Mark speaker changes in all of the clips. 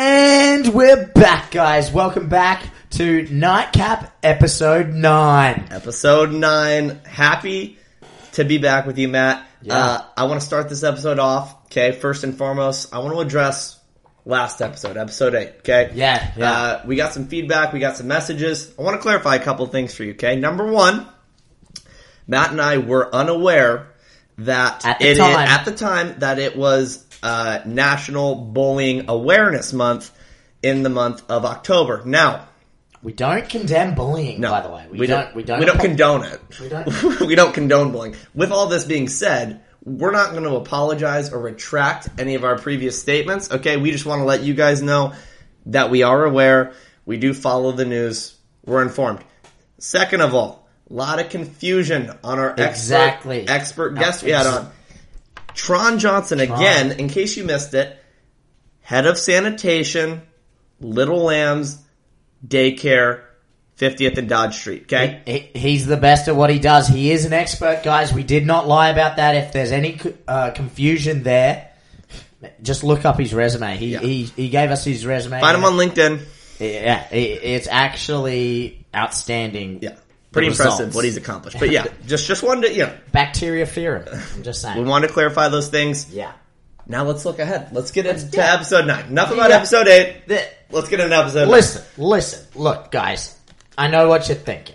Speaker 1: And we're back, guys. Welcome back to Nightcap Episode 9.
Speaker 2: Episode 9. Happy to be back with you, Matt.
Speaker 1: Yeah.
Speaker 2: Uh, I want to start this episode off, okay? First and foremost, I want to address last episode, episode 8, okay?
Speaker 1: Yeah, yeah.
Speaker 2: Uh, we got some feedback, we got some messages. I want to clarify a couple things for you, okay? Number one, Matt and I were unaware that
Speaker 1: At the
Speaker 2: it is-
Speaker 1: time.
Speaker 2: at the time that it was uh, National Bullying Awareness Month in the month of October. Now,
Speaker 1: We don't condemn bullying, by the way. We, don't, We don't.
Speaker 2: we don't condone it.
Speaker 1: We don't-
Speaker 2: we don't condone bullying. With all this being said, we're not going to apologize or retract any of our previous statements. Okay, we just want to let you guys know that we are aware. We do follow the news. We're informed. Second of all, a lot of confusion on our expert-
Speaker 1: Exactly.
Speaker 2: expert,
Speaker 1: No,
Speaker 2: guest we had
Speaker 1: it's-
Speaker 2: on. Tron Johnson again, in case you missed it, head of sanitation, Little Lambs daycare, 50th and Dodge Street. Okay.
Speaker 1: He- He's the best at what he does. He is an expert, guys. We did not lie about that. If there's any uh, confusion there, just look up his resume. He
Speaker 2: Yeah.
Speaker 1: he, he gave us his resume.
Speaker 2: Find them on LinkedIn.
Speaker 1: Yeah, i- it's actually outstanding.
Speaker 2: Yeah. Pretty
Speaker 1: The
Speaker 2: impressive
Speaker 1: results.
Speaker 2: what he's accomplished. But yeah, just just wanted to, you know,
Speaker 1: Bacteria theorem. I'm just
Speaker 2: we
Speaker 1: saying.
Speaker 2: wanted to clarify those things.
Speaker 1: Yeah.
Speaker 2: Now let's look ahead. Let's get into
Speaker 1: do it.
Speaker 2: episode 9. Enough about
Speaker 1: Yeah.
Speaker 2: episode 8.
Speaker 1: The-
Speaker 2: Let's get into episode nine.
Speaker 1: Listen, listen, look, guys. I know what you're thinking.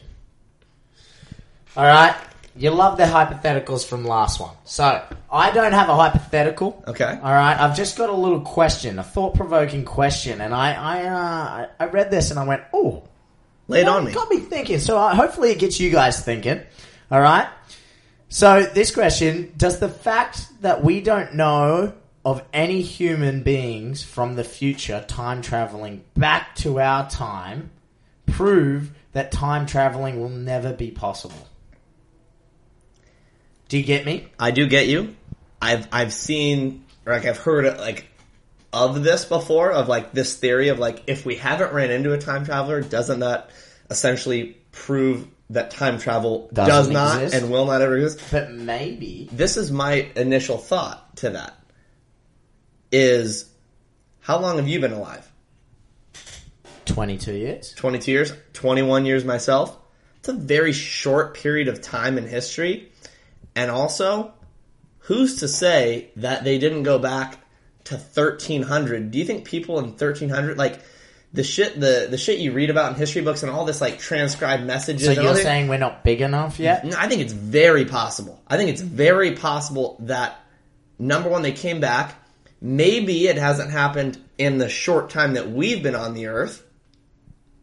Speaker 1: All right, you love the hypotheticals from last one. So I don't have a hypothetical.
Speaker 2: Okay.
Speaker 1: All right, I've just got a little question, a thought-provoking question, and I, I, uh, I I read this and I went, oh,
Speaker 2: Lay it
Speaker 1: Well,
Speaker 2: on me.
Speaker 1: Got me thinking. So uh, hopefully it gets you guys thinking. All right. So this question: Does the fact that we don't know of any human beings from the future time traveling back to our time prove that time traveling will never be possible? Do you get me?
Speaker 2: I do get you. I've I've seen or like I've heard like of this before of like this theory of like if we haven't ran into a time traveler, doesn't that essentially prove that time travel
Speaker 1: Doesn't
Speaker 2: does not
Speaker 1: exist.
Speaker 2: and will not ever exist?
Speaker 1: But maybe.
Speaker 2: This is my initial thought to that is how long have you been alive?
Speaker 1: 22 years?
Speaker 2: 22 years, 21 years myself. It's a very short period of time in history. And also, who's to say that they didn't go back to 1300? Do you think people in 1300 like the shit the the shit you read about in history books and all this like transcribed messages
Speaker 1: So
Speaker 2: and all
Speaker 1: you're
Speaker 2: this-
Speaker 1: saying we're not big enough yet?
Speaker 2: no, I think it's very possible. I think it's very possible that number one, they came back. Maybe it hasn't happened in the short time that we've been on the earth,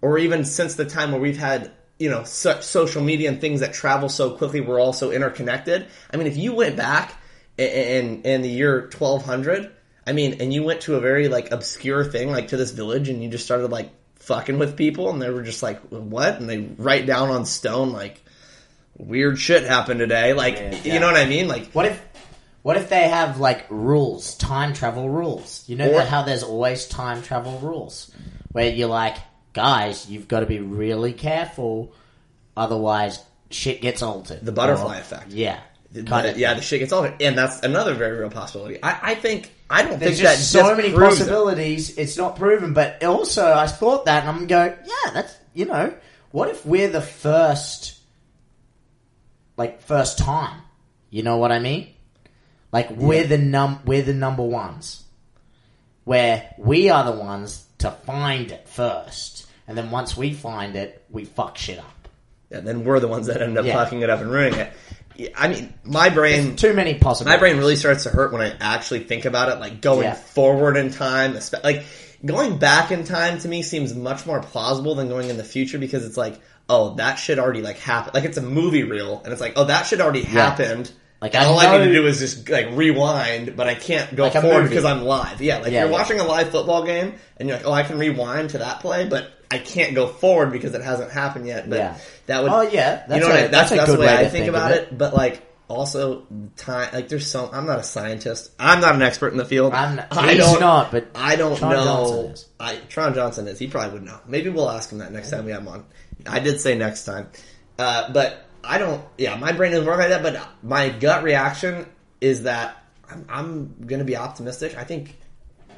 Speaker 2: or even since the time where we've had you know such social media and things that travel so quickly. We're all so interconnected. I mean, if you went back i- in in the year twelve hundred, I mean, and you went to a very like obscure thing like to this village, and you just started like fucking with people, and they were just like, "What?" and they write down on stone like weird shit happened today. Like,
Speaker 1: Yeah,
Speaker 2: y-
Speaker 1: yeah.
Speaker 2: you know what I mean? Like,
Speaker 1: What if what if they have like rules, time travel rules? You know
Speaker 2: Or-
Speaker 1: that how there's always time travel rules where you're like, guys, you've got to be really careful, otherwise shit gets altered.
Speaker 2: The butterfly
Speaker 1: Or-
Speaker 2: effect.
Speaker 1: Yeah,
Speaker 2: But,
Speaker 1: kind of.
Speaker 2: yeah, the shit gets older, and that's another very real possibility. I, I think I don't
Speaker 1: There's
Speaker 2: think that
Speaker 1: just so many
Speaker 2: disproves it.
Speaker 1: possibilities. It's not proven, but also I thought that, and I'm going, yeah, that's you know, what if we're the first, like first time? You know what I mean? Like we're the num we're the number ones, where we are the ones to find it first, and then once we find it, we fuck shit up.
Speaker 2: And then we're the ones that end up
Speaker 1: Yeah.
Speaker 2: fucking it up and ruining it. Yeah, I mean, my brain,
Speaker 1: Too many possibilities.
Speaker 2: my brain really starts to hurt when I actually think about it. Like going
Speaker 1: Yeah.
Speaker 2: forward in time, espe- like going back in time to me seems much more plausible than going in the future because it's like, oh, that shit already like happened. Like it's a movie reel, and it's like, oh, that shit already happened.
Speaker 1: Like,
Speaker 2: Like
Speaker 1: I
Speaker 2: all I need to
Speaker 1: know-
Speaker 2: do is just like rewind, but I can't go
Speaker 1: Like a
Speaker 2: forward
Speaker 1: movie.
Speaker 2: because I'm live. Yeah, like
Speaker 1: Yeah,
Speaker 2: you're
Speaker 1: yeah.
Speaker 2: watching a live football game, and you're like, oh, I can rewind to that play, but I can't go forward because it hasn't happened yet. But
Speaker 1: Yeah.
Speaker 2: that would,
Speaker 1: Oh, yeah,
Speaker 2: you
Speaker 1: that's
Speaker 2: know, what
Speaker 1: a-
Speaker 2: I, that's
Speaker 1: that's a
Speaker 2: that's
Speaker 1: good
Speaker 2: the way,
Speaker 1: way
Speaker 2: I
Speaker 1: to
Speaker 2: think,
Speaker 1: think of
Speaker 2: about
Speaker 1: it.
Speaker 2: it. But like also time, like there's so I'm not a scientist. I'm not an expert in the field.
Speaker 1: I'm not-
Speaker 2: I
Speaker 1: he's
Speaker 2: don't-
Speaker 1: not, but
Speaker 2: I don't
Speaker 1: Tron
Speaker 2: know.
Speaker 1: Johnson is.
Speaker 2: I Tron Johnson is. He probably would know. Maybe we'll ask him that next time we have him on. I did say next time, uh, but I don't. Yeah, my brain doesn't work like that. But my gut reaction is that I'm, I'm going to be optimistic. I think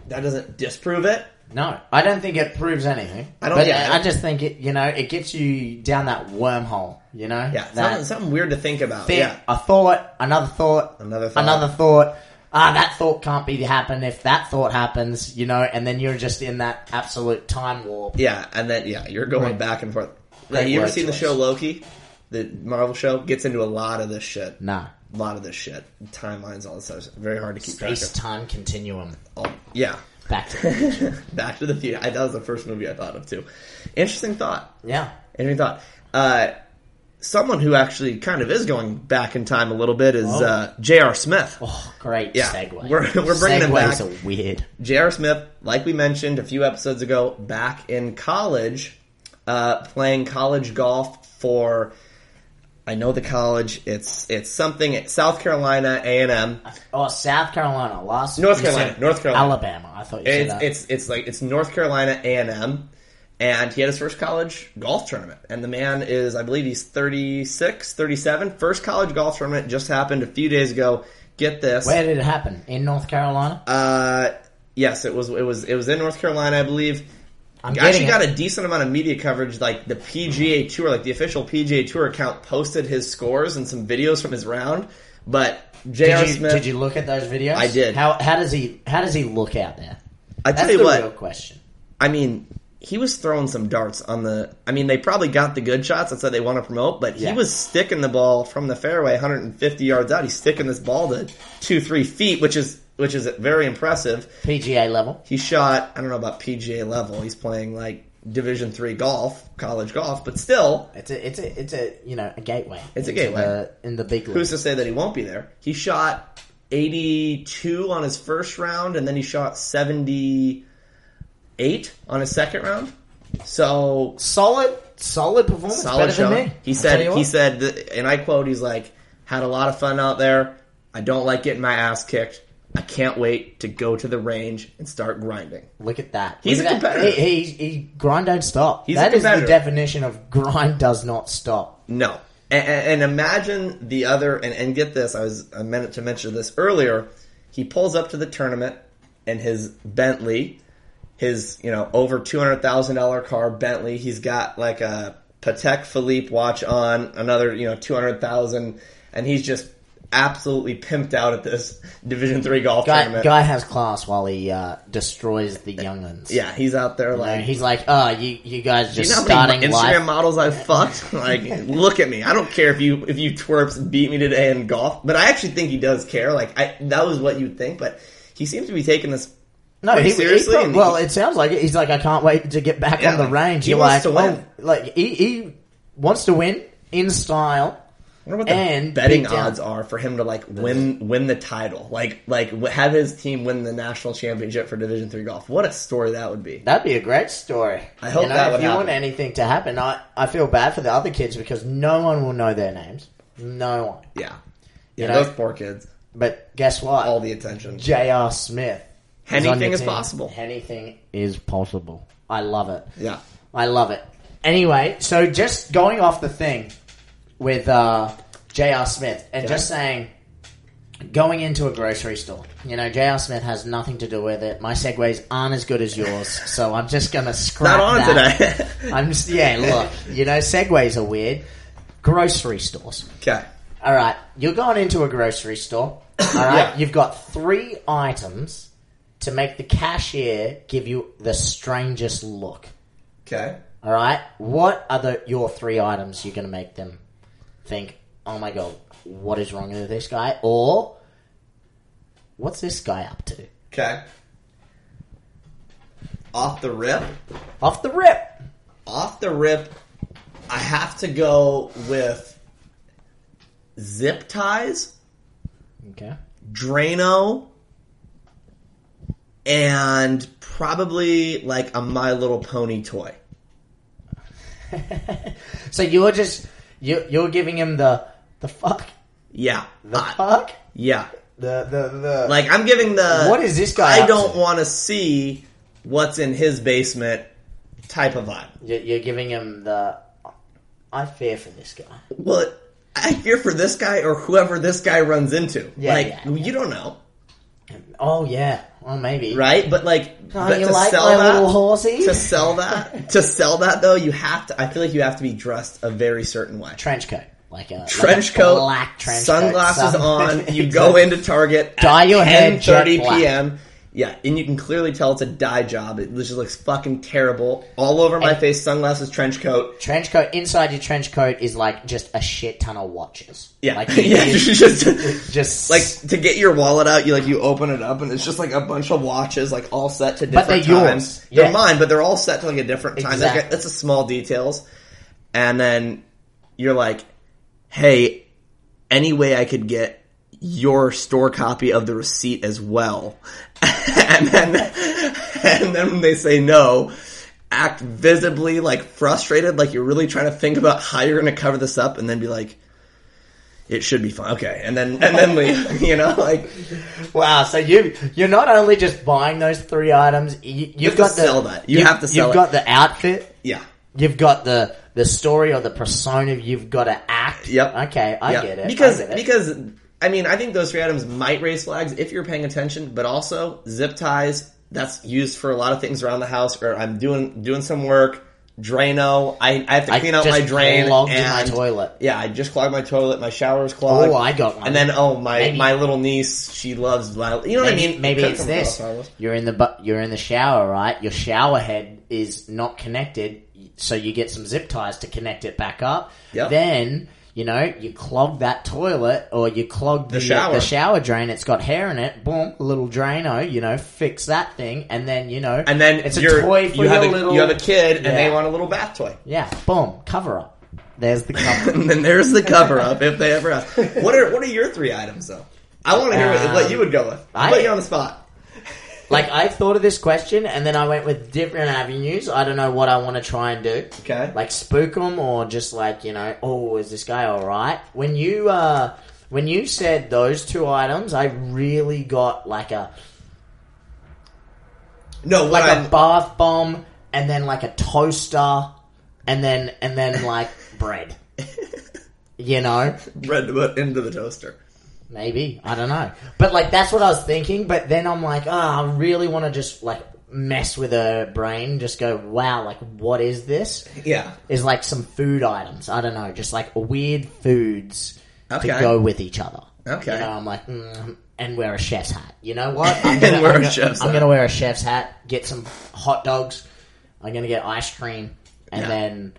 Speaker 2: that doesn't disprove it.
Speaker 1: No, I don't think it proves anything.
Speaker 2: I don't-
Speaker 1: But
Speaker 2: yeah,
Speaker 1: I
Speaker 2: I don't-
Speaker 1: just think it. You know, it gets you down that wormhole. You know.
Speaker 2: Yeah,
Speaker 1: That
Speaker 2: something, something weird to think about.
Speaker 1: thing,
Speaker 2: Yeah,
Speaker 1: a thought, another thought,
Speaker 2: Another thought.
Speaker 1: another thought. Ah, that thought can't be happen if that thought happens. You know, and then you're just in that absolute time warp.
Speaker 2: yeah, and then yeah, you're going back and forth. Like,
Speaker 1: Great
Speaker 2: you ever
Speaker 1: word
Speaker 2: seen the
Speaker 1: choice.
Speaker 2: show Loki? The Marvel show gets into a lot of this shit.
Speaker 1: Nah.
Speaker 2: A lot of this shit, timelines, all this stuff. It's Very hard to keep track
Speaker 1: Space
Speaker 2: of.
Speaker 1: time continuum.
Speaker 2: All- yeah,
Speaker 1: Back to the future.
Speaker 2: Back to the Future. I, that was the first movie I thought of too. Interesting thought.
Speaker 1: yeah.
Speaker 2: Interesting thought. Uh, someone who actually kind of is going back in time a little bit is uh, J.R. Smith.
Speaker 1: Oh, great
Speaker 2: Yeah,
Speaker 1: segue.
Speaker 2: we're- we're bringing it
Speaker 1: Segues
Speaker 2: back.
Speaker 1: are weird.
Speaker 2: J.R. Smith, like we mentioned a few episodes ago, back in college, uh, playing college golf for. I know the college. It's it's something at South Carolina A and M.
Speaker 1: Oh, South Carolina, last
Speaker 2: North
Speaker 1: you said
Speaker 2: Carolina, North Carolina.
Speaker 1: Alabama. I thought you said
Speaker 2: It's
Speaker 1: that.
Speaker 2: it's it's like it's North Carolina A and M, and he had his first college golf tournament. And the man is, I believe, he's 36, 37. First college golf tournament just happened a few days ago. Get this,
Speaker 1: Where did it happen? In North Carolina?
Speaker 2: Uh, yes, it was. It was. It was in North Carolina, I believe.
Speaker 1: I'm
Speaker 2: actually
Speaker 1: getting
Speaker 2: got a decent amount of media coverage. Like the PGA Tour, like the official PGA Tour account, posted his scores and some videos from his round. But J.R.
Speaker 1: Did you,
Speaker 2: Smith,
Speaker 1: did you look at those videos?
Speaker 2: I did.
Speaker 1: How how does he how does he look out there?
Speaker 2: I
Speaker 1: That's
Speaker 2: tell you
Speaker 1: the
Speaker 2: what,
Speaker 1: real question.
Speaker 2: I mean, he was throwing some darts on the. I mean, they probably got the good shots. That's what they want to promote. But
Speaker 1: Yeah.
Speaker 2: he was sticking the ball from the fairway, 150 yards out. He's sticking this ball to two, three feet, which is which is very impressive.
Speaker 1: PGA level.
Speaker 2: he shot i don't know about pga level he's playing like division three golf college golf but still
Speaker 1: It's a it's a it's a you know a gateway.
Speaker 2: It's a
Speaker 1: into
Speaker 2: gateway.
Speaker 1: the- in the big
Speaker 2: who's
Speaker 1: leagues.
Speaker 2: to say that he won't be there he shot 82 on his first round and then he shot 78 on his second round so
Speaker 1: Solid solid performance.
Speaker 2: solid
Speaker 1: better than
Speaker 2: showing
Speaker 1: me.
Speaker 2: he
Speaker 1: I'll tell you
Speaker 2: said
Speaker 1: what.
Speaker 2: he said th- and i quote he's like had a lot of fun out there i don't like getting my ass kicked i can't wait to go to the range and start grinding
Speaker 1: Look at that.
Speaker 2: He's
Speaker 1: Look
Speaker 2: a
Speaker 1: at that.
Speaker 2: competitor.
Speaker 1: He, he, he grind don't stop.
Speaker 2: He's a
Speaker 1: That is the
Speaker 2: competitor.
Speaker 1: definition of grind does not stop.
Speaker 2: No. And, and imagine the other, and, and get this, I was I meant to mention this earlier. He pulls up to the tournament in his Bentley, his you know over two hundred thousand dollar car Bentley. He's got like a Patek Philippe watch on, another you know two hundred thousand, and he's just absolutely pimped out at this Division three golf
Speaker 1: Guy,
Speaker 2: tournament.
Speaker 1: guy has class while he uh, destroys the youngins.
Speaker 2: Yeah, he's out there
Speaker 1: You know,
Speaker 2: like
Speaker 1: he's like, oh, you you guys
Speaker 2: You
Speaker 1: just
Speaker 2: know how many
Speaker 1: starting
Speaker 2: Instagram
Speaker 1: life.
Speaker 2: models I've fucked? Like, look at me. I don't care if you if you twerps beat me today in golf, but I actually think he does care. Like, I that was what you'd think, but he seems to be taking this.
Speaker 1: No,
Speaker 2: Wait,
Speaker 1: he,
Speaker 2: seriously?
Speaker 1: seriously.
Speaker 2: And
Speaker 1: well,
Speaker 2: he-
Speaker 1: it sounds like it. He's like, I can't wait to get back
Speaker 2: Yeah,
Speaker 1: on the
Speaker 2: like,
Speaker 1: range.
Speaker 2: he
Speaker 1: You're
Speaker 2: wants
Speaker 1: like,
Speaker 2: to win.
Speaker 1: oh, like he, he wants to win in style.
Speaker 2: I wonder what the
Speaker 1: And
Speaker 2: betting
Speaker 1: beat down.
Speaker 2: odds are for him to like win win the title, like like w- have his team win the national championship for Division three golf. What a story that would be.
Speaker 1: That'd be a great story.
Speaker 2: I hope
Speaker 1: you know,
Speaker 2: that
Speaker 1: if
Speaker 2: would
Speaker 1: you want
Speaker 2: happen.
Speaker 1: anything to happen, I I feel bad for the other kids because no one will know their names. No one.
Speaker 2: Yeah, yeah.
Speaker 1: know?
Speaker 2: those poor kids,
Speaker 1: But guess what?
Speaker 2: all the attention.
Speaker 1: J.R. Smith. is on
Speaker 2: Anything
Speaker 1: your
Speaker 2: is
Speaker 1: team.
Speaker 2: possible.
Speaker 1: Anything is possible. I love it.
Speaker 2: Yeah,
Speaker 1: I love it. Anyway, so just going off the thing with uh, J.R. Smith and just saying, going into a grocery store, you know, J.R. Smith has nothing to do with it. My segues aren't as good as yours, so I'm just going to scrap
Speaker 2: not on
Speaker 1: that.
Speaker 2: today.
Speaker 1: I'm just, yeah, look, you know, segues are weird. Grocery stores.
Speaker 2: okay,
Speaker 1: All right, you're going into a grocery store. All right,
Speaker 2: Yeah.
Speaker 1: you've got three items to make the cashier give you the strangest look.
Speaker 2: okay.
Speaker 1: All right, what are the your three items you're going to make them think? Oh my god, what is wrong with this guy? Or what's this guy up to?
Speaker 2: Okay. Off the rip.
Speaker 1: Off the rip,
Speaker 2: Off the rip, I have to go with zip ties,
Speaker 1: okay.
Speaker 2: Drano, and probably like a My Little Pony toy.
Speaker 1: So you're just you you're giving him the the fuck
Speaker 2: Yeah.
Speaker 1: the
Speaker 2: I-
Speaker 1: fuck
Speaker 2: yeah.
Speaker 1: the the the
Speaker 2: Like I'm giving the
Speaker 1: What is this guy
Speaker 2: I
Speaker 1: up
Speaker 2: don't
Speaker 1: to?
Speaker 2: want to see what's in his basement type of vibe.
Speaker 1: You're, you're giving him the. I fear for this guy.
Speaker 2: Well, I fear for this guy or whoever this guy runs into.
Speaker 1: Yeah,
Speaker 2: like
Speaker 1: yeah.
Speaker 2: you don't know.
Speaker 1: Oh yeah. Well, maybe.
Speaker 2: right? But like,
Speaker 1: Oh,
Speaker 2: but
Speaker 1: you
Speaker 2: to
Speaker 1: like
Speaker 2: sell
Speaker 1: my
Speaker 2: that,
Speaker 1: little horsey?
Speaker 2: to sell that, to sell that though, you have to. I feel like you have to be dressed a very certain way.
Speaker 1: Trench coat, like a like a
Speaker 2: Trench coat,
Speaker 1: black trench coat,
Speaker 2: sunglasses
Speaker 1: some-
Speaker 2: on. You go into Target. at
Speaker 1: Dye your hair
Speaker 2: 10:30
Speaker 1: jet black.
Speaker 2: p.m. Yeah, and you can clearly tell it's a dye job. It just looks fucking terrible. All over my
Speaker 1: And-
Speaker 2: face, sunglasses, trench coat.
Speaker 1: Trench coat inside your trench coat is like just a shit ton of watches.
Speaker 2: Yeah,
Speaker 1: like you
Speaker 2: yeah,
Speaker 1: just,
Speaker 2: just
Speaker 1: just
Speaker 2: like to get your wallet out, you like you open it up and it's just like a bunch of watches, like all set to
Speaker 1: But
Speaker 2: different
Speaker 1: they're
Speaker 2: times.
Speaker 1: yours.
Speaker 2: They're
Speaker 1: Yeah.
Speaker 2: mine, but they're all set to like a different time. That's,
Speaker 1: Exactly.
Speaker 2: that's the small details. And then you're like, "Hey, any way I could get your store copy of the receipt as well?" and then and then when they say no. Act visibly like frustrated, like you're really trying to think about how you're going to cover this up, and then be like, "It should be fine." Okay, and then and then leave. You know, like
Speaker 1: wow. So you you're not only just buying those three items. You, you've
Speaker 2: have
Speaker 1: got
Speaker 2: to
Speaker 1: the,
Speaker 2: sell that. You have to sell
Speaker 1: You've
Speaker 2: it.
Speaker 1: got the outfit.
Speaker 2: Yeah.
Speaker 1: You've got the the story or the persona. You've got to act.
Speaker 2: Yep.
Speaker 1: Okay, I
Speaker 2: yeah.
Speaker 1: get it.
Speaker 2: Because
Speaker 1: I get it.
Speaker 2: because I mean I think those three items might raise flags if you're paying attention, but also zip ties, that's used for a lot of things around the house or I'm doing doing some work, Drano, I, I have to
Speaker 1: I
Speaker 2: clean out
Speaker 1: just
Speaker 2: my drain.
Speaker 1: clogged
Speaker 2: and,
Speaker 1: my toilet.
Speaker 2: Yeah, I just clogged my toilet, my shower's clogged.
Speaker 1: Oh, I got one.
Speaker 2: And then oh my
Speaker 1: Maybe-
Speaker 2: my little niece, she loves li- you know what I
Speaker 1: Maybe,
Speaker 2: mean?
Speaker 1: maybe
Speaker 2: Could
Speaker 1: it's
Speaker 2: come
Speaker 1: this.
Speaker 2: across harmless.
Speaker 1: You're in the bu- you're in the shower, right? Your shower head is not connected, so you get some zip ties to connect it back up.
Speaker 2: Yep.
Speaker 1: Then you know you clog that toilet or you clog the, uh,
Speaker 2: shower.
Speaker 1: the shower drain. It's got hair in it. Boom, a little Drano. You know, fix that thing, and then you know,
Speaker 2: And then
Speaker 1: it's
Speaker 2: you're,
Speaker 1: a toy for
Speaker 2: you have
Speaker 1: your
Speaker 2: a,
Speaker 1: little.
Speaker 2: you have a kid and they
Speaker 1: Yeah.
Speaker 2: want a little bath toy.
Speaker 1: yeah, boom, cover up. There's the cover.
Speaker 2: and then there's the cover up if they ever ask. What are what are your three items though? I want to hear what, what you would go with. I'll
Speaker 1: I-
Speaker 2: put you on the spot.
Speaker 1: like I thought of this question, and then I went with different avenues. I don't know what I want to try and do.
Speaker 2: Okay.
Speaker 1: like spook them or just like you know oh is this guy all right when you uh when you said those two items i really got like a
Speaker 2: no, what
Speaker 1: like a
Speaker 2: I'm,
Speaker 1: bath bomb and then like a toaster and then and then like bread you know
Speaker 2: bread to put into the toaster.
Speaker 1: maybe i don't know but like that's what i was thinking but then i'm like oh, i really want to just like mess with her brain just go wow like what is this
Speaker 2: Yeah.
Speaker 1: is like some food items. I don't know, just like weird foods
Speaker 2: Okay.
Speaker 1: to go with each other.
Speaker 2: Okay.
Speaker 1: You know, I'm like, mm, and wear a chef's hat. You know what? I'm
Speaker 2: And wear a
Speaker 1: I'm gonna,
Speaker 2: chef's
Speaker 1: I'm
Speaker 2: hat.
Speaker 1: gonna wear a chef's hat. Get some hot dogs. I'm gonna get ice cream, and
Speaker 2: Yeah.
Speaker 1: then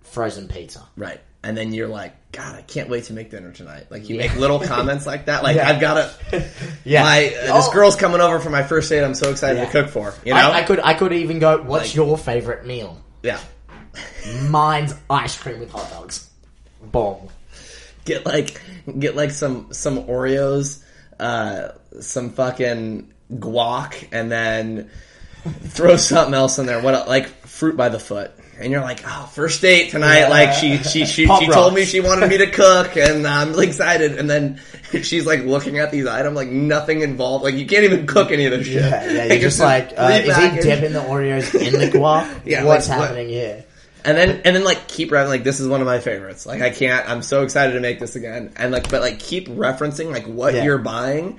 Speaker 1: frozen pizza.
Speaker 2: Right. And then you're like, God, I can't wait to make dinner tonight. Like you make little comments like that. Like
Speaker 1: Yeah.
Speaker 2: I've got a
Speaker 1: Yeah.
Speaker 2: my uh, this
Speaker 1: Oh.
Speaker 2: girl's coming over for my first date. I'm so excited
Speaker 1: Yeah.
Speaker 2: to cook for. You know.
Speaker 1: I, I could I could even go. What's
Speaker 2: Like-
Speaker 1: your favorite meal?
Speaker 2: yeah.
Speaker 1: Mine's ice cream with hot dogs. Boom.
Speaker 2: Get like get like some some Oreos, uh, some fucking guac, and then throw something else in there. What el- like fruit by the foot? And you're like, oh, first date tonight.
Speaker 1: Yeah.
Speaker 2: Like she she she,
Speaker 1: Pop
Speaker 2: she told me
Speaker 1: rocks.
Speaker 2: she wanted me to cook, and I'm really excited. And then she's like looking at these items, like nothing involved. Like you can't even cook any of this shit.
Speaker 1: Yeah, yeah. You're
Speaker 2: it's
Speaker 1: just like, uh, is he
Speaker 2: repackaged.
Speaker 1: dipping the Oreos in the guac?
Speaker 2: Yeah,
Speaker 1: What's
Speaker 2: like, what-
Speaker 1: happening here?
Speaker 2: And then and then like keep referencing like this is one of my favorites. Like I can't. I'm so excited to make this again. And like but like keep referencing like what
Speaker 1: Yeah.
Speaker 2: you're buying,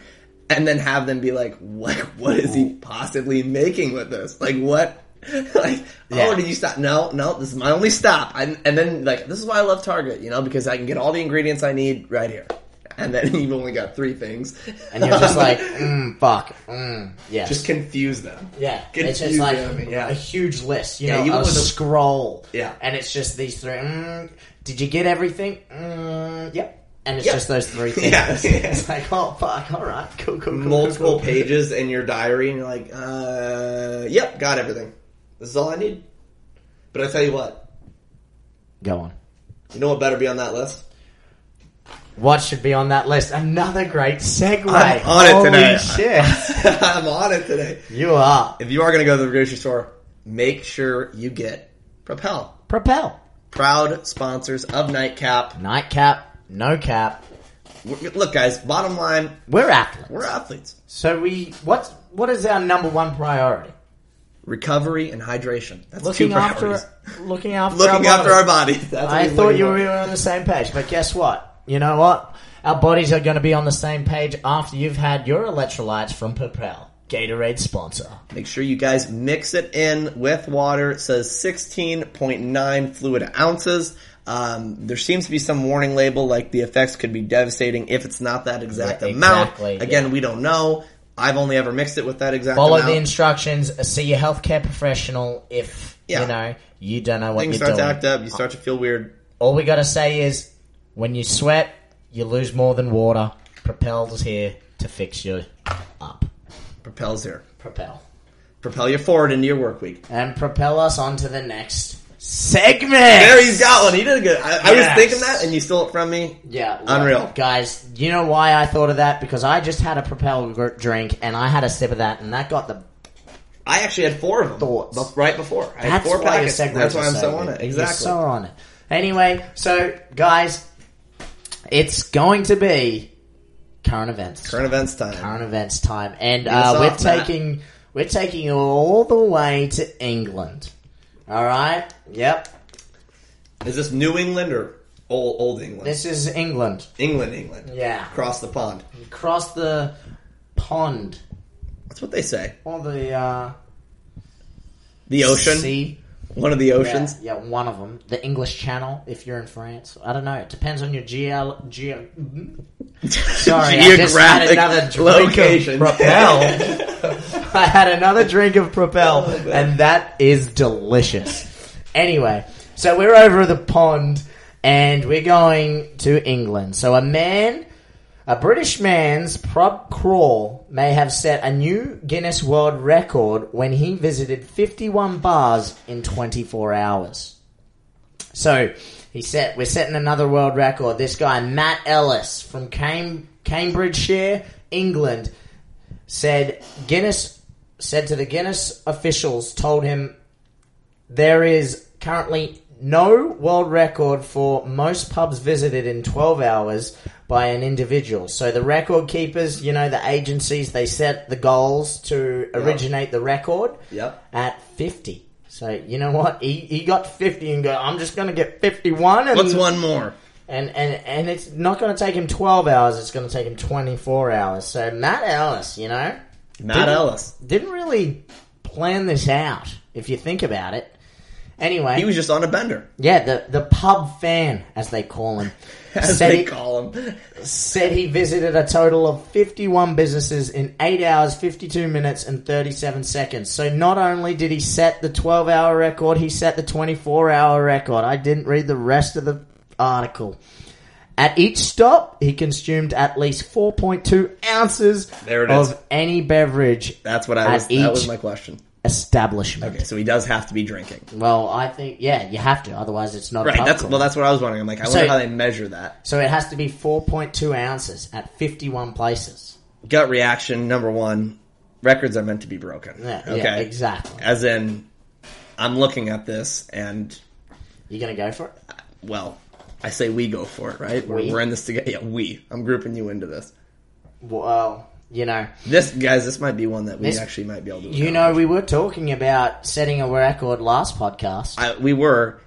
Speaker 2: and then have them be like, what what is he possibly making with this? Like what? Like oh
Speaker 1: Yeah.
Speaker 2: did you stop? No no this is my only stop. And and then like this is why I love Target. You know because I can get all the ingredients I need right here. And then you've only got three things.
Speaker 1: and you're just like, mm, fuck, mm, yeah,
Speaker 2: just confuse them.
Speaker 1: yeah.
Speaker 2: get
Speaker 1: It's just
Speaker 2: confused,
Speaker 1: like
Speaker 2: yeah, I mean, yeah.
Speaker 1: a huge list, you
Speaker 2: Yeah,
Speaker 1: know,
Speaker 2: you
Speaker 1: a
Speaker 2: want to-
Speaker 1: scroll,
Speaker 2: Yeah.
Speaker 1: and it's just these three. Mm, did you get everything? Mm, yep. And it's
Speaker 2: Yep.
Speaker 1: just those three things.
Speaker 2: Yeah.
Speaker 1: It's like, oh fuck, all right, cool, cool, cool, cool,
Speaker 2: multiple
Speaker 1: cool.
Speaker 2: pages in your diary and you're like, uh, yep, got everything. This is all I need. But I tell you what,
Speaker 1: Go on.
Speaker 2: you know what better be on that list?
Speaker 1: What should be on that list? Another great segue.
Speaker 2: I'm on it
Speaker 1: Holy
Speaker 2: today.
Speaker 1: Shit,
Speaker 2: I'm on it today.
Speaker 1: you are
Speaker 2: If you are going to go to the grocery store, make sure you get Propel.
Speaker 1: propel
Speaker 2: Proud sponsors of Nightcap.
Speaker 1: nightcap, no cap.
Speaker 2: W- Look, guys, bottom line,
Speaker 1: We're athletes,
Speaker 2: we're athletes.
Speaker 1: so we what's what is our number one priority?
Speaker 2: Recovery and hydration. That's
Speaker 1: Looking
Speaker 2: two
Speaker 1: after,
Speaker 2: priorities.
Speaker 1: looking after,
Speaker 2: Looking
Speaker 1: our
Speaker 2: after
Speaker 1: bodies.
Speaker 2: our bodies. That's what
Speaker 1: I
Speaker 2: we're
Speaker 1: thought
Speaker 2: looking
Speaker 1: you
Speaker 2: for.
Speaker 1: were on the same page, but guess what? You know what? Our bodies are going to be on the same page after you've had your electrolytes from Propel, Gatorade sponsor.
Speaker 2: Make sure you guys mix it in with water. It says 16.9 fluid ounces. Um, there seems to be some warning label like the effects could be devastating if it's not that exact
Speaker 1: Yeah,
Speaker 2: amount.
Speaker 1: exactly,
Speaker 2: Again, we don't know. I've only ever mixed it with that exact
Speaker 1: Follow
Speaker 2: amount.
Speaker 1: the instructions. See your healthcare professional if
Speaker 2: Yeah.
Speaker 1: you know you don't know what
Speaker 2: Things
Speaker 1: you're
Speaker 2: start
Speaker 1: doing.
Speaker 2: to act up. You start to feel weird.
Speaker 1: All we got to say is, when you sweat, you lose more than water. Propel's here to fix you up.
Speaker 2: Propels here.
Speaker 1: Propel.
Speaker 2: Propel you forward into your work week.
Speaker 1: And propel us on to the next segment.
Speaker 2: There you got one. He did good. I, I was
Speaker 1: Yes.
Speaker 2: thinking that, and you stole it from me.
Speaker 1: Yeah,
Speaker 2: Unreal.
Speaker 1: guys. You know why I thought of that? Because I just had a Propel gr- drink and I had a sip of that, and that got the.
Speaker 2: I actually had four of them
Speaker 1: Thoughts.
Speaker 2: bef- right before. I had
Speaker 1: That's
Speaker 2: four
Speaker 1: why your
Speaker 2: packets.
Speaker 1: segment.
Speaker 2: That's why I'm
Speaker 1: so
Speaker 2: so on
Speaker 1: good.
Speaker 2: it.
Speaker 1: You're
Speaker 2: Exactly.
Speaker 1: so on it. Anyway, so guys, it's going to be current events.
Speaker 2: Current events time.
Speaker 1: current events time, and
Speaker 2: us
Speaker 1: uh, we're
Speaker 2: off, Matt.
Speaker 1: taking we're taking you all the way to England. All right. Yep.
Speaker 2: Is this New England or old old England?
Speaker 1: This is England.
Speaker 2: England, England.
Speaker 1: Yeah.
Speaker 2: Across the pond.
Speaker 1: Across the pond
Speaker 2: That's what they say.
Speaker 1: or the uh,
Speaker 2: The ocean.
Speaker 1: sea.
Speaker 2: One of the
Speaker 1: Yeah,
Speaker 2: oceans.
Speaker 1: yeah, one of them. The English Channel, if you're in France. I don't know. It depends on your geo. geo- Sorry, I just had another drink
Speaker 2: location.
Speaker 1: of Propel. I had another drink of Propel, and that is delicious. Anyway, so we're over the pond, and we're going to England. So a man, a British man's prop crawl may have set a new Guinness World Record when he visited 51 bars in 24 hours. So he set we're setting another world record. This guy Matt Ellis from Cam- Cambridgeshire, England, said Guinness said to the Guinness officials, told him there is currently no world record for most pubs visited in 12 hours by an individual. So the record keepers, you know, the agencies, they set the goals to originate the record
Speaker 2: Yep.
Speaker 1: at 50. So you know what? He, he got 50 and go, I'm just going to get 51 and
Speaker 2: What's one more?
Speaker 1: and and and it's not going to take him 12 hours, it's going to take him 24 hours. So Matt Ellis, you know,
Speaker 2: Matt Ellis.
Speaker 1: didn't really plan this out if you think about it. Anyway,
Speaker 2: He was just on a bender,
Speaker 1: yeah, the the pub fan as they call him
Speaker 2: as
Speaker 1: said
Speaker 2: they
Speaker 1: he-
Speaker 2: call him.
Speaker 1: said he visited a total of 51 businesses in 8 hours, 52 minutes, and 37 seconds. So not only did he set the 12 hour record, he set the 24 hour record. I didn't read the rest of the article. At each stop, he consumed at least 4.2 ounces
Speaker 2: There it
Speaker 1: of
Speaker 2: is.
Speaker 1: any beverage
Speaker 2: That's what I
Speaker 1: At
Speaker 2: was. That was
Speaker 1: each-
Speaker 2: my question.
Speaker 1: establishment.
Speaker 2: Okay, so he does have to be drinking,
Speaker 1: Well, I think, yeah, you have to, otherwise it's not a
Speaker 2: right?
Speaker 1: pub
Speaker 2: That's
Speaker 1: crawl.
Speaker 2: well. That's what I was wondering. I'm like, I
Speaker 1: So-
Speaker 2: wonder how they measure that.
Speaker 1: so it has to be 4.2 ounces at 51 places.
Speaker 2: Gut reaction number one: records are meant to be broken.
Speaker 1: Yeah,
Speaker 2: okay,
Speaker 1: yeah exactly.
Speaker 2: As in, I'm looking at this, and
Speaker 1: You going to go for it?
Speaker 2: well, I say we go for it, right?
Speaker 1: We?
Speaker 2: We're, we're in this together. Yeah, we. I'm grouping you into this.
Speaker 1: Well, you know,
Speaker 2: This guys, this might be one that we
Speaker 1: This-
Speaker 2: actually might be able to.
Speaker 1: you
Speaker 2: accomplish.
Speaker 1: know, we were talking about setting a record last podcast.
Speaker 2: I, we were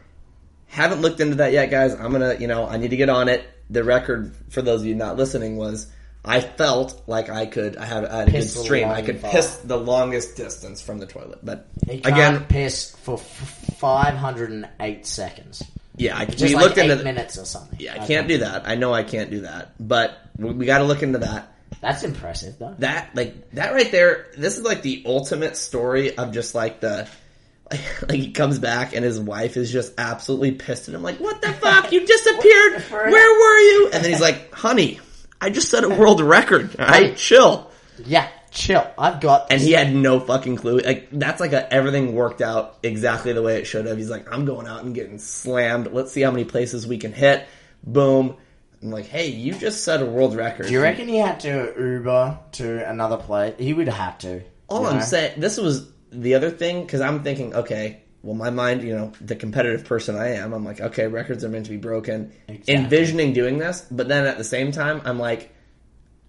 Speaker 2: haven't looked into that yet, guys. I'm gonna, you know, I need to get on it. The record for those of you not listening was I felt like I could. I had, I had a good
Speaker 1: Piss the
Speaker 2: stream. I
Speaker 1: long
Speaker 2: could
Speaker 1: bar.
Speaker 2: piss the longest distance from the toilet, but
Speaker 1: He can't
Speaker 2: again,
Speaker 1: piss for f- 508 seconds.
Speaker 2: yeah, I, we
Speaker 1: Just like
Speaker 2: looked
Speaker 1: eight
Speaker 2: into. The,
Speaker 1: minutes or something.
Speaker 2: yeah, I can't do that. I know I can't do that, but we, we got to look into that.
Speaker 1: That's impressive, though.
Speaker 2: that like that right there this is like the ultimate story of just like the like, he comes back and his wife is just absolutely pissed at him like what the fuck you disappeared
Speaker 1: What the
Speaker 2: where
Speaker 1: frick?"
Speaker 2: were you and then he's like honey i just set a world record all right chill
Speaker 1: Yeah, chill. I've got.
Speaker 2: and he had no fucking clue like that's like a, everything worked out exactly the way it should have he's like i'm going out and getting slammed let's see how many places we can hit boom i'm like hey you just set a world record
Speaker 1: do you reckon he had to Uber to another place? He would have to.
Speaker 2: All
Speaker 1: you
Speaker 2: I'm
Speaker 1: know?
Speaker 2: saying, this was the other thing because I'm thinking, okay, well, my mind, you know, the competitive person I am, I'm like, okay, records are meant to be broken.
Speaker 1: Exactly.
Speaker 2: Envisioning doing this, but then at the same time, I'm like,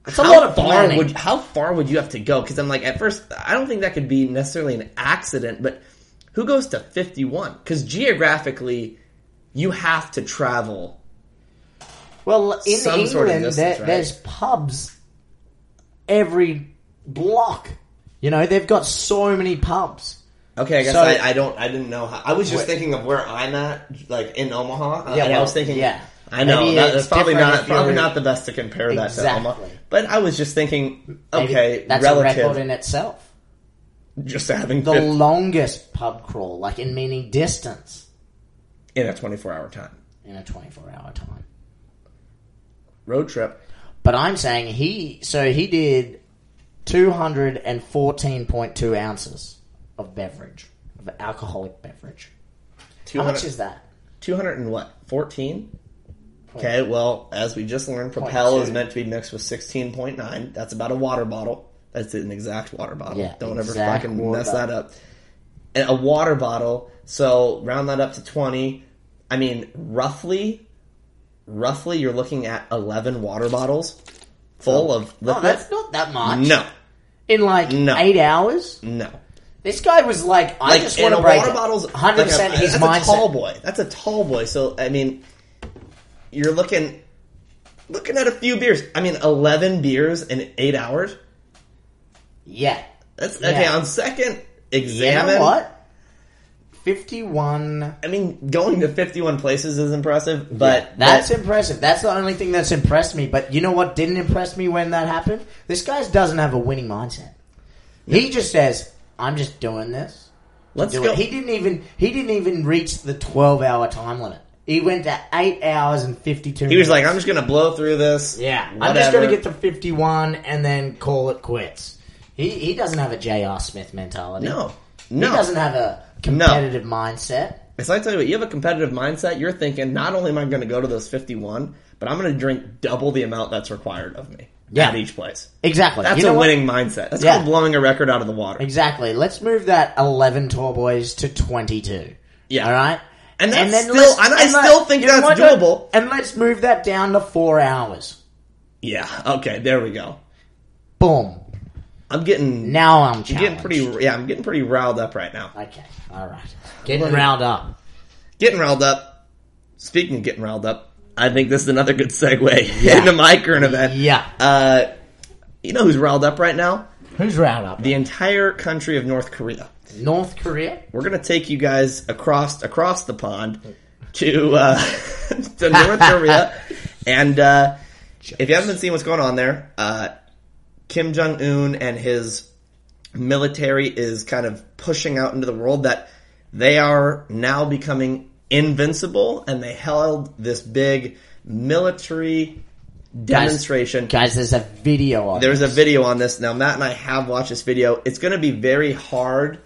Speaker 1: It's a
Speaker 2: how
Speaker 1: lot of
Speaker 2: far
Speaker 1: planning.
Speaker 2: would how far would you have to go? Because I'm like, at first, I don't think that could be necessarily an accident, but who goes to 51? Because geographically, you have to travel
Speaker 1: Well, in
Speaker 2: Some
Speaker 1: England,
Speaker 2: sort of distance,
Speaker 1: there,
Speaker 2: right?
Speaker 1: there's pubs every block. You know, they've got so many pubs.
Speaker 2: Okay, I guess
Speaker 1: So-
Speaker 2: I, I don't. I didn't know. How, I was just
Speaker 1: Wait.
Speaker 2: thinking of where I'm at, like in Omaha.
Speaker 1: Yeah,
Speaker 2: Yeah, I
Speaker 1: well,
Speaker 2: was thinking.
Speaker 1: yeah.
Speaker 2: I know
Speaker 1: Maybe
Speaker 2: that,
Speaker 1: it's
Speaker 2: that's probably
Speaker 1: different
Speaker 2: not
Speaker 1: if
Speaker 2: probably
Speaker 1: you're-
Speaker 2: not the best to compare that to
Speaker 1: Exactly.
Speaker 2: Omaha. But I was just thinking,
Speaker 1: Maybe
Speaker 2: okay,
Speaker 1: that's a record
Speaker 2: relative,
Speaker 1: in itself.
Speaker 2: just having
Speaker 1: The
Speaker 2: fif-
Speaker 1: longest pub crawl, like in meaning distance,
Speaker 2: in a 24 hour time
Speaker 1: in a 24 hour time.
Speaker 2: road trip.
Speaker 1: But I'm saying he, so he did 214.2 ounces of beverage, of alcoholic beverage. How
Speaker 2: 200,
Speaker 1: much is that?
Speaker 2: 200 and what? 14. Okay, well, as we just learned, Propel
Speaker 1: Point two.
Speaker 2: is meant to be mixed with 16.9. That's about a water bottle. That's an exact water bottle.
Speaker 1: Yeah,
Speaker 2: Don't ever
Speaker 1: exact
Speaker 2: fucking
Speaker 1: water
Speaker 2: mess
Speaker 1: bottle.
Speaker 2: that up. And a water bottle. So round that up to 20. I mean, roughly, roughly, you're looking at 11 water bottles full of
Speaker 1: No,
Speaker 2: liquid.
Speaker 1: Oh, that's not that much.
Speaker 2: no,
Speaker 1: In like
Speaker 2: No.
Speaker 1: eight hours?
Speaker 2: no.
Speaker 1: This guy was like, I
Speaker 2: like
Speaker 1: just
Speaker 2: in
Speaker 1: want
Speaker 2: a
Speaker 1: to break
Speaker 2: water
Speaker 1: it.
Speaker 2: bottle's
Speaker 1: 100%
Speaker 2: like a-
Speaker 1: his
Speaker 2: that's
Speaker 1: mindset.
Speaker 2: a tall boy. That's a tall boy. So I mean, you're looking looking at a few beers. I mean, eleven beers in eight hours.
Speaker 1: Yeah.
Speaker 2: That's
Speaker 1: Yeah.
Speaker 2: okay. On second
Speaker 1: You
Speaker 2: examine,
Speaker 1: know what? 51.
Speaker 2: I mean, going to fifty-one places is impressive, but
Speaker 1: That's
Speaker 2: but-
Speaker 1: impressive. That's the only thing that's impressed me. But you know what didn't impress me when that happened? This guy doesn't have a winning mindset. He just says, I'm just doing this.
Speaker 2: let's
Speaker 1: Do
Speaker 2: go.
Speaker 1: it. He didn't even he didn't even reach the 12 hour time limit. He went to 8 hours and 52
Speaker 2: He was like, "I'm just gonna blow through this."
Speaker 1: Yeah, I'm just going to
Speaker 2: whatever.
Speaker 1: get to 51 and then call it quits. He he doesn't have a J.R. Smith mentality.
Speaker 2: no,
Speaker 1: he
Speaker 2: no.
Speaker 1: doesn't have a competitive mindset.
Speaker 2: So I tell you what, you have a competitive mindset. You're thinking, not only am I going to go to those 51, but I'm going to drink double the amount that's required of me
Speaker 1: Yeah.
Speaker 2: at each place.
Speaker 1: Exactly.
Speaker 2: That's
Speaker 1: you know
Speaker 2: a
Speaker 1: what?
Speaker 2: winning mindset. That's
Speaker 1: Yeah.
Speaker 2: called blowing a record out of the water.
Speaker 1: Exactly. Let's move that 11 tall boys to 22.
Speaker 2: Yeah.
Speaker 1: All right.
Speaker 2: And that's still-
Speaker 1: let's-
Speaker 2: and I
Speaker 1: let-
Speaker 2: still think
Speaker 1: you know
Speaker 2: that's
Speaker 1: what?
Speaker 2: doable.
Speaker 1: And let's move that down to four hours.
Speaker 2: Yeah. Okay. There we go.
Speaker 1: Boom.
Speaker 2: I'm getting
Speaker 1: Now I'm challenged.
Speaker 2: getting pretty. Yeah, I'm getting pretty riled up right now.
Speaker 1: Okay. All right. Getting round up.
Speaker 2: Getting riled up. Speaking of getting riled up, I think this is another good segue
Speaker 1: Yeah.
Speaker 2: into my current event.
Speaker 1: Yeah.
Speaker 2: Uh, you know who's riled up right now?
Speaker 1: Who's round up?
Speaker 2: The entire country of North Korea.
Speaker 1: North Korea?
Speaker 2: we're gonna take you guys across across the pond to uh, to North Korea, and uh, if you haven't seen what's going on there, uh, Kim Jong Un and his military is kind of pushing out into the world that they are now becoming invincible, and they held this big military demonstration.
Speaker 1: Guys, there's a video of
Speaker 2: There's a video on this now. Matt and I have watched this video. It's going to be very hard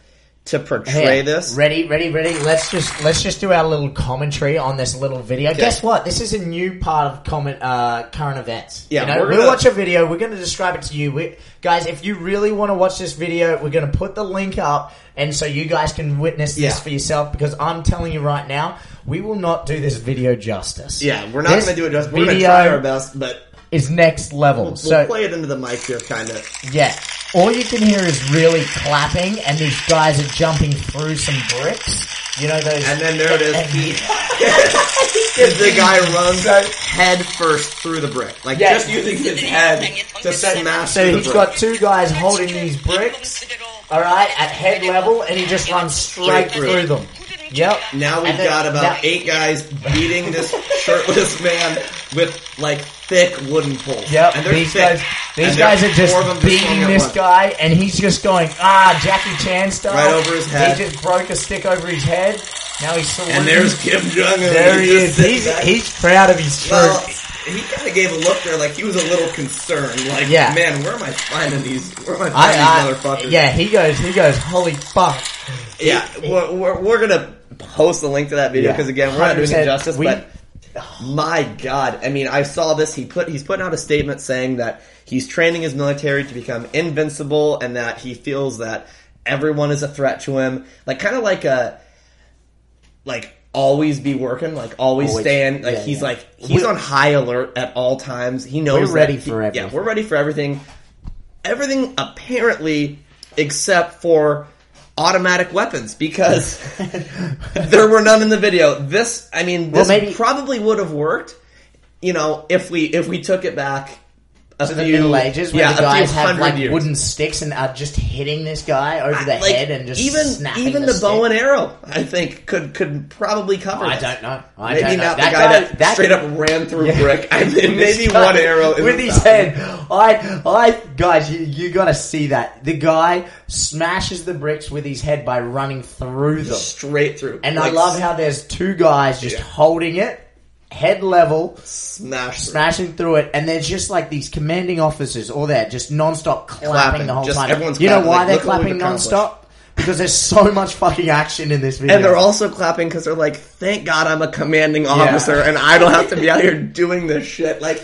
Speaker 2: to portray
Speaker 1: Here,
Speaker 2: this.
Speaker 1: Ready, ready, ready. Let's just let's just do our little commentary on this little video. Guess what? This is a new part of comment uh, current events.
Speaker 2: Yeah,
Speaker 1: you know,
Speaker 2: we're
Speaker 1: we'll
Speaker 2: gonna-
Speaker 1: watch a video. We're going to describe it to you, we, guys. If you really want to watch this video, we're going to put the link up, and so you guys can witness this
Speaker 2: Yeah.
Speaker 1: for yourself. Because I'm telling you right now, we will not do this video justice.
Speaker 2: Yeah, we're not
Speaker 1: This
Speaker 2: going to do it justice. We're going to
Speaker 1: video
Speaker 2: try our best, but
Speaker 1: Is next level.
Speaker 2: we'll
Speaker 1: so
Speaker 2: play it into the mic here, kind of.
Speaker 1: yeah. All you can hear is really clapping, and these guys are jumping through some bricks. You know those.
Speaker 2: And then there it is.
Speaker 1: and-
Speaker 2: He, the guy runs head first through the brick, like
Speaker 1: Yeah.
Speaker 2: just using his head to send mass.
Speaker 1: So
Speaker 2: through the
Speaker 1: he's
Speaker 2: brick.
Speaker 1: got two guys holding these bricks, all right, at head level, and he just runs straight
Speaker 2: Straight through.
Speaker 1: through them. Yep.
Speaker 2: Now we've
Speaker 1: and then-
Speaker 2: got about
Speaker 1: now-
Speaker 2: eight guys beating this shirtless man with like thick wooden poles.
Speaker 1: Yep.
Speaker 2: and they're
Speaker 1: these
Speaker 2: thick.
Speaker 1: guys, these
Speaker 2: And there
Speaker 1: guys are
Speaker 2: four of them
Speaker 1: just
Speaker 2: swung
Speaker 1: beating
Speaker 2: at
Speaker 1: this
Speaker 2: once.
Speaker 1: guy, and he's just going ah Jackie Chan style
Speaker 2: Right over his head.
Speaker 1: He just broke a stick over his head. Now he's saluting.
Speaker 2: And there's Kim Jong Un.
Speaker 1: there he is. He's, he's proud of his shirt.
Speaker 2: Well, he kind of gave a look there, like he was a little concerned. Like,
Speaker 1: Yeah.
Speaker 2: man, where am I finding these? Where am I finding
Speaker 1: I,
Speaker 2: these
Speaker 1: I,
Speaker 2: motherfuckers?
Speaker 1: yeah, he goes. He goes. Holy fuck!
Speaker 2: yeah. We're, we're, we're gonna post the link to that video
Speaker 1: Yeah.
Speaker 2: because again, we're not doing
Speaker 1: 100%.
Speaker 2: it justice.
Speaker 1: We-
Speaker 2: but my God, I mean, I saw this. He put he's putting out a statement saying that he's training his military to become invincible, and that he feels that everyone is a threat to him. Like, kind of like a like always be working, like always,
Speaker 1: Always.
Speaker 2: staying. Like
Speaker 1: Yeah,
Speaker 2: he's
Speaker 1: yeah.
Speaker 2: like he's
Speaker 1: We're-
Speaker 2: on high alert at all times. He knows
Speaker 1: We're
Speaker 2: that
Speaker 1: ready
Speaker 2: he-
Speaker 1: for
Speaker 2: Yeah,
Speaker 1: everything.
Speaker 2: we're ready for everything. Everything apparently except for automatic weapons because there were none in the video. This, I mean, this
Speaker 1: maybe-
Speaker 2: probably would have worked you know, if we if we took it back a
Speaker 1: to
Speaker 2: few
Speaker 1: the Middle Ages where
Speaker 2: yeah,
Speaker 1: the
Speaker 2: a few
Speaker 1: guys have
Speaker 2: hundred
Speaker 1: like
Speaker 2: years.
Speaker 1: wooden sticks and are just hitting this guy over the
Speaker 2: Like,
Speaker 1: head and just
Speaker 2: even
Speaker 1: snapping
Speaker 2: even
Speaker 1: the,
Speaker 2: the, bow
Speaker 1: stick.
Speaker 2: and arrow, I think could could probably cover.
Speaker 1: I
Speaker 2: this.
Speaker 1: don't know. I
Speaker 2: Maybe
Speaker 1: don't know.
Speaker 2: not the
Speaker 1: That
Speaker 2: guy
Speaker 1: guy-
Speaker 2: that,
Speaker 1: that-
Speaker 2: straight up ran through brick. I mean,
Speaker 1: This
Speaker 2: maybe
Speaker 1: guy
Speaker 2: one arrow in
Speaker 1: with
Speaker 2: the
Speaker 1: his
Speaker 2: top.
Speaker 1: head. I, I, guys, you, you gotta see that. The guy smashes the bricks with his head by running through them.
Speaker 2: straight through.
Speaker 1: And
Speaker 2: Like,
Speaker 1: I love how there's two guys just
Speaker 2: Yeah.
Speaker 1: holding it, head level,
Speaker 2: smash through.
Speaker 1: smashing through it, and there's just like these commanding officers all there, just nonstop clapping,
Speaker 2: Clapping.
Speaker 1: the whole
Speaker 2: Just
Speaker 1: time.
Speaker 2: everyone's
Speaker 1: you know
Speaker 2: clapping,
Speaker 1: why
Speaker 2: like,
Speaker 1: they're
Speaker 2: look what we've
Speaker 1: clapping nonstop? Because there's so much fucking action in this video.
Speaker 2: And they're also clapping because they're like, "Thank God I'm a commanding officer and I don't have to be out here doing this shit." Like,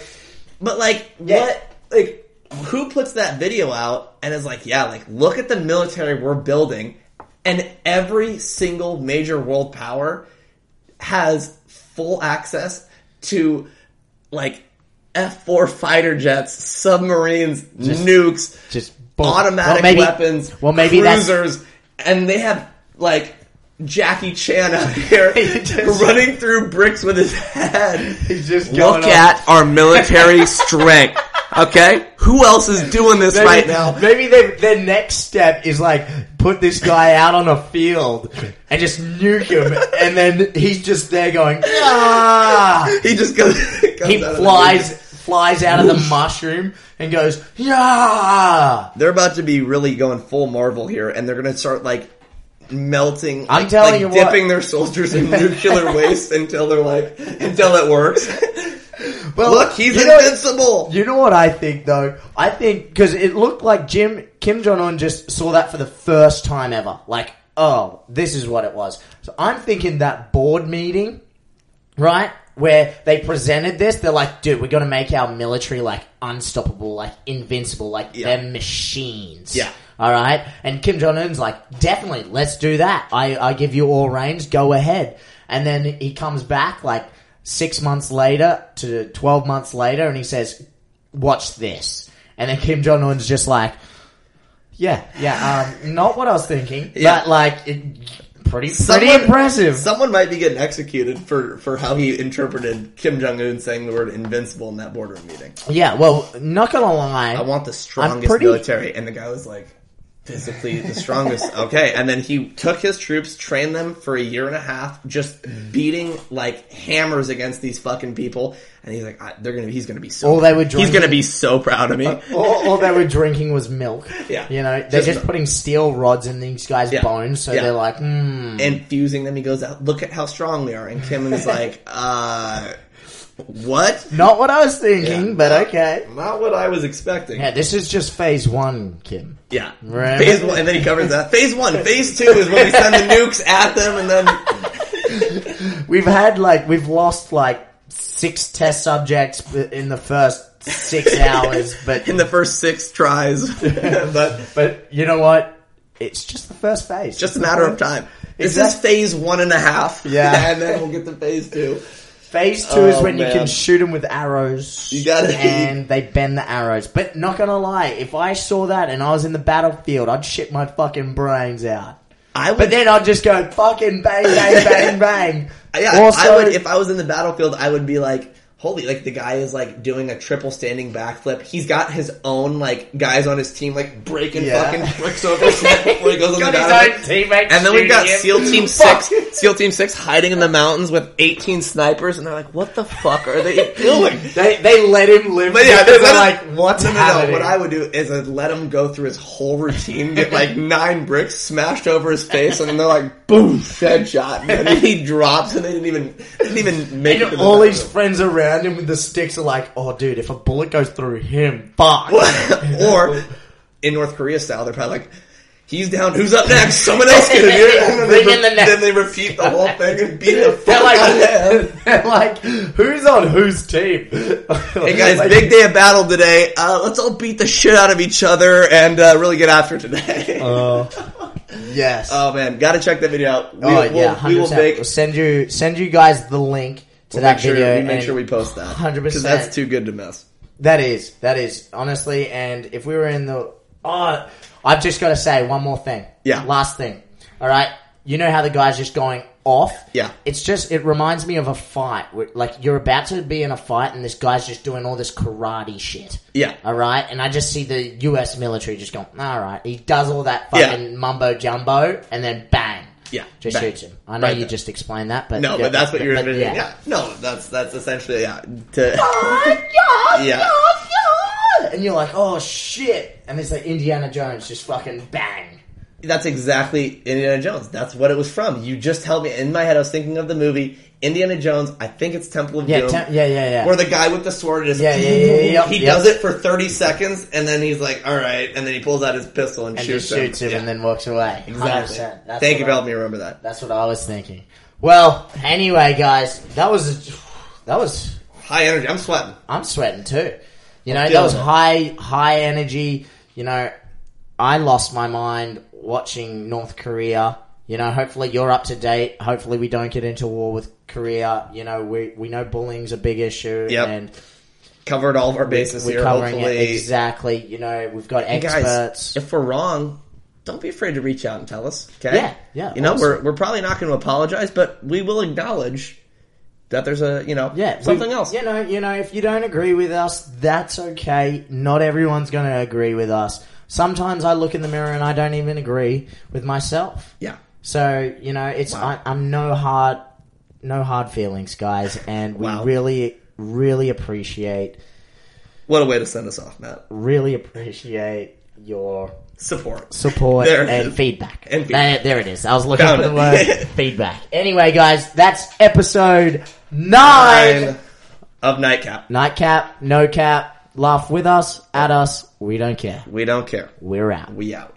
Speaker 2: but like,
Speaker 1: Yeah.
Speaker 2: what? Like, who puts that video out and is like, "Yeah, like, look at the military we're building," and every single major world power has full access to like F four fighter jets, submarines, nukes,
Speaker 1: just boom.
Speaker 2: automatic
Speaker 1: Well, maybe-
Speaker 2: weapons,
Speaker 1: Well, maybe that's
Speaker 2: cruisers, and they have like Jackie Chan out here
Speaker 1: He just-
Speaker 2: running through bricks with his head.
Speaker 1: He's just
Speaker 2: Look
Speaker 1: going on.
Speaker 2: at our military strength. Okay, who else is doing this
Speaker 1: maybe,
Speaker 2: right now?
Speaker 1: Maybe they, their next step is like put this guy out on a field and just nuke him, and then he's just there going ah.
Speaker 2: He just goes. comes
Speaker 1: He
Speaker 2: out of the
Speaker 1: flies flies out of the mushroom and goes yeah.
Speaker 2: They're about to be really going full Marvel here, and they're going to start like melting.
Speaker 1: I'm
Speaker 2: like-
Speaker 1: telling
Speaker 2: like
Speaker 1: you what.
Speaker 2: dipping their soldiers in nuclear waste until they're like until it works.
Speaker 1: Well,
Speaker 2: Look, he's
Speaker 1: you know-
Speaker 2: invincible.
Speaker 1: You know what I think though? I think because it looked like Jim Kim Jong Un just saw that for the first time ever. Like, oh, this is what it was. So I'm thinking that board meeting, right, where they presented this, they're like, dude, we're gonna make our military like unstoppable, like invincible, like
Speaker 2: Yeah.
Speaker 1: they're machines.
Speaker 2: Yeah.
Speaker 1: All right, and Kim Jong Un's like, definitely, let's do that. I, I give you all reins. Go ahead. And then he comes back like six months later to twelve months later, and he says, "Watch this." And then Kim Jong Un's just like, "Yeah, yeah, um, not what I was thinking,
Speaker 2: Yeah.
Speaker 1: but like, it, pretty, pretty
Speaker 2: Someone-
Speaker 1: impressive."
Speaker 2: Someone might be getting executed for, for how he interpreted Kim Jong Un saying the word invincible in that boardroom meeting.
Speaker 1: yeah, well, not gonna
Speaker 2: I
Speaker 1: lie,
Speaker 2: want the strongest
Speaker 1: pretty-
Speaker 2: military, and the guy was like, physically the strongest. okay, and then he took his troops, trained them for a year and a half, just
Speaker 1: Mm.
Speaker 2: beating like hammers against these fucking people. And he's like, I, they're gonna, he's gonna be so.
Speaker 1: All Oh, they were
Speaker 2: He's
Speaker 1: drinking-
Speaker 2: gonna be so proud of me.
Speaker 1: all, all they were drinking was milk.
Speaker 2: Yeah.
Speaker 1: you know, they're
Speaker 2: Just
Speaker 1: just
Speaker 2: milk.
Speaker 1: putting steel rods in these guys'
Speaker 2: Yeah.
Speaker 1: bones, so
Speaker 2: Yeah.
Speaker 1: they're like, hmm.
Speaker 2: and fusing them, he goes out. Look at how strong they are. And Kim is like, uh, what?
Speaker 1: Not what I was thinking,
Speaker 2: Yeah.
Speaker 1: but okay.
Speaker 2: Not what I was expecting.
Speaker 1: Yeah, this is just phase one, Kim.
Speaker 2: Yeah.
Speaker 1: Right.
Speaker 2: Phase one, and then he covers that. Phase one, phase two is when we send the nukes at them, and then
Speaker 1: We've had like we've lost like six test subjects b- in the first six hours, but
Speaker 2: in the first six tries. but
Speaker 1: but you know what? It's just the first phase.
Speaker 2: just a matter of time. This is
Speaker 1: Exact-
Speaker 2: phase one and a half.
Speaker 1: Yeah.
Speaker 2: and then we'll get to phase two.
Speaker 1: Phase two
Speaker 2: Oh,
Speaker 1: is when you
Speaker 2: man.
Speaker 1: can shoot them with arrows.
Speaker 2: You gotta-
Speaker 1: and they bend the arrows. But not gonna lie, if I saw that and I was in the battlefield, I'd shit my fucking brains out.
Speaker 2: I would.
Speaker 1: But then I'd just go fucking bang, bang, bang, bang.
Speaker 2: yeah, I would. If I was in the battlefield, I would be like, "Holy!" Like the guy is like doing a triple standing backflip. He's got his own like guys on his team like breaking
Speaker 1: Yeah.
Speaker 2: fucking bricks over his head before he goes on the
Speaker 1: Got
Speaker 2: battlefield.
Speaker 1: his own teammates
Speaker 2: And then we've got
Speaker 1: shooting
Speaker 2: SEAL
Speaker 1: him.
Speaker 2: Team
Speaker 1: Fuck.
Speaker 2: Six, SEAL Team Six, hiding in the mountains with 18 snipers, and they're like, "What the fuck are they doing?"
Speaker 1: They they let him live.
Speaker 2: But yeah,
Speaker 1: because
Speaker 2: they let
Speaker 1: they're
Speaker 2: him-
Speaker 1: like, what's
Speaker 2: No, no, no.
Speaker 1: happening?
Speaker 2: What I would do is I'd let him go through his whole routine, get like nine bricks smashed over his face, and then they're like, "Boom, headshot!" And then he drops, and they didn't even didn't even make it.
Speaker 1: And
Speaker 2: to the
Speaker 1: all
Speaker 2: back.
Speaker 1: his friends around him with the sticks are like, oh, dude, if a bullet goes through him, fuck.
Speaker 2: or in North Korea style, they're probably like, "He's down. Who's up next? Someone else get him here." And then,
Speaker 1: Bring
Speaker 2: they
Speaker 1: in the next.
Speaker 2: then they repeat the whole thing and beat the
Speaker 1: They're
Speaker 2: fuck out of him.
Speaker 1: like, they're like, who's on whose team?
Speaker 2: Hey guys,
Speaker 1: Like,
Speaker 2: big day of battle today. Uh, let's all beat the shit out of each other and uh, really get after today.
Speaker 1: oh, yes.
Speaker 2: oh man, gotta check that video out. We,
Speaker 1: oh,
Speaker 2: will
Speaker 1: yeah, 100%.
Speaker 2: we will make,
Speaker 1: We'll send you send you guys the link to
Speaker 2: we'll
Speaker 1: that
Speaker 2: make sure
Speaker 1: video.
Speaker 2: we make
Speaker 1: and
Speaker 2: sure we post that
Speaker 1: 100%.
Speaker 2: that's too good to miss.
Speaker 1: That is that is honestly, and if we were in the, oh, I've just got to say one more thing.
Speaker 2: Yeah.
Speaker 1: Last thing. All right. You know how the guy's just going off.
Speaker 2: Yeah.
Speaker 1: It's just, it reminds me of a fight. where- Like, you're about to be in a fight and this guy's just doing all this karate shit.
Speaker 2: Yeah.
Speaker 1: Alright? And I just see the US military just going, alright. He does all that fucking mumbo jumbo and then bang.
Speaker 2: Yeah,
Speaker 1: Just
Speaker 2: bang.
Speaker 1: shoots him. I know
Speaker 2: Right
Speaker 1: you
Speaker 2: there.
Speaker 1: just explained that, but.
Speaker 2: No,
Speaker 1: yeah,
Speaker 2: but that's what you're
Speaker 1: but-
Speaker 2: envisioning.
Speaker 1: yeah.
Speaker 2: Yeah. No, that's that's essentially yeah. To,
Speaker 1: Oh, yeah,
Speaker 2: Yeah.
Speaker 1: yeah, yeah. And you're like, oh shit. And it's like Indiana Jones just fucking bang.
Speaker 2: that's exactly Indiana Jones. That's what it was from. You just helped me in my head. I was thinking of the movie Indiana Jones. I think it's Temple of
Speaker 1: Yeah,
Speaker 2: Doom.
Speaker 1: te- yeah, yeah, yeah.
Speaker 2: Where the guy with the sword is
Speaker 1: Yeah, yeah, yeah, yeah, yeah.
Speaker 2: he
Speaker 1: Yep.
Speaker 2: does it for thirty seconds and then he's like, "All right," and then he pulls out his pistol and,
Speaker 1: and
Speaker 2: shoots,
Speaker 1: just shoots him,
Speaker 2: Yeah.
Speaker 1: and then walks away.
Speaker 2: exactly.
Speaker 1: 100%. That's
Speaker 2: Thank
Speaker 1: what
Speaker 2: you for
Speaker 1: I-
Speaker 2: helping me remember that.
Speaker 1: That's what I was thinking. Well, anyway, guys, that was that was.
Speaker 2: High energy. I'm sweating.
Speaker 1: I'm sweating too. You know,
Speaker 2: I'm
Speaker 1: that was
Speaker 2: feeling
Speaker 1: high
Speaker 2: it.
Speaker 1: high energy. You know, I lost my mind watching North Korea. You know, hopefully you're up to date. Hopefully we don't get into war with Korea. You know, we we know bullying's a big issue,
Speaker 2: Yep.
Speaker 1: and
Speaker 2: Covered all of our bases
Speaker 1: we're
Speaker 2: here.
Speaker 1: covering
Speaker 2: Hopefully,
Speaker 1: it exactly. You know, we've got
Speaker 2: And
Speaker 1: experts.
Speaker 2: Guys, if we're wrong, don't be afraid to reach out and tell us. Okay?
Speaker 1: Yeah, yeah,
Speaker 2: You know,
Speaker 1: awesome.
Speaker 2: we're we're probably not going to apologize, but we will acknowledge that there's a you know
Speaker 1: Yeah, we-
Speaker 2: something else.
Speaker 1: You know, you know, if you don't agree with us, that's okay. Not everyone's going to agree with us. Sometimes I look in the mirror and I don't even agree with myself.
Speaker 2: Yeah.
Speaker 1: So you know, it's
Speaker 2: Wow.
Speaker 1: I, I'm no hard, no hard feelings, guys, and we
Speaker 2: Wow.
Speaker 1: really, really appreciate,
Speaker 2: What a way to send us off, Matt.
Speaker 1: really appreciate your
Speaker 2: Support.
Speaker 1: support
Speaker 2: There it
Speaker 1: and
Speaker 2: is.
Speaker 1: feedback.
Speaker 2: And
Speaker 1: There,
Speaker 2: feedback.
Speaker 1: there it is. I was looking
Speaker 2: Found
Speaker 1: for the
Speaker 2: it.
Speaker 1: word feedback. Anyway, guys, that's episode nine.
Speaker 2: Nine of nightcap.
Speaker 1: Nightcap, no cap, laugh with us, at us, we don't care.
Speaker 2: We don't care.
Speaker 1: We're out.
Speaker 2: We out.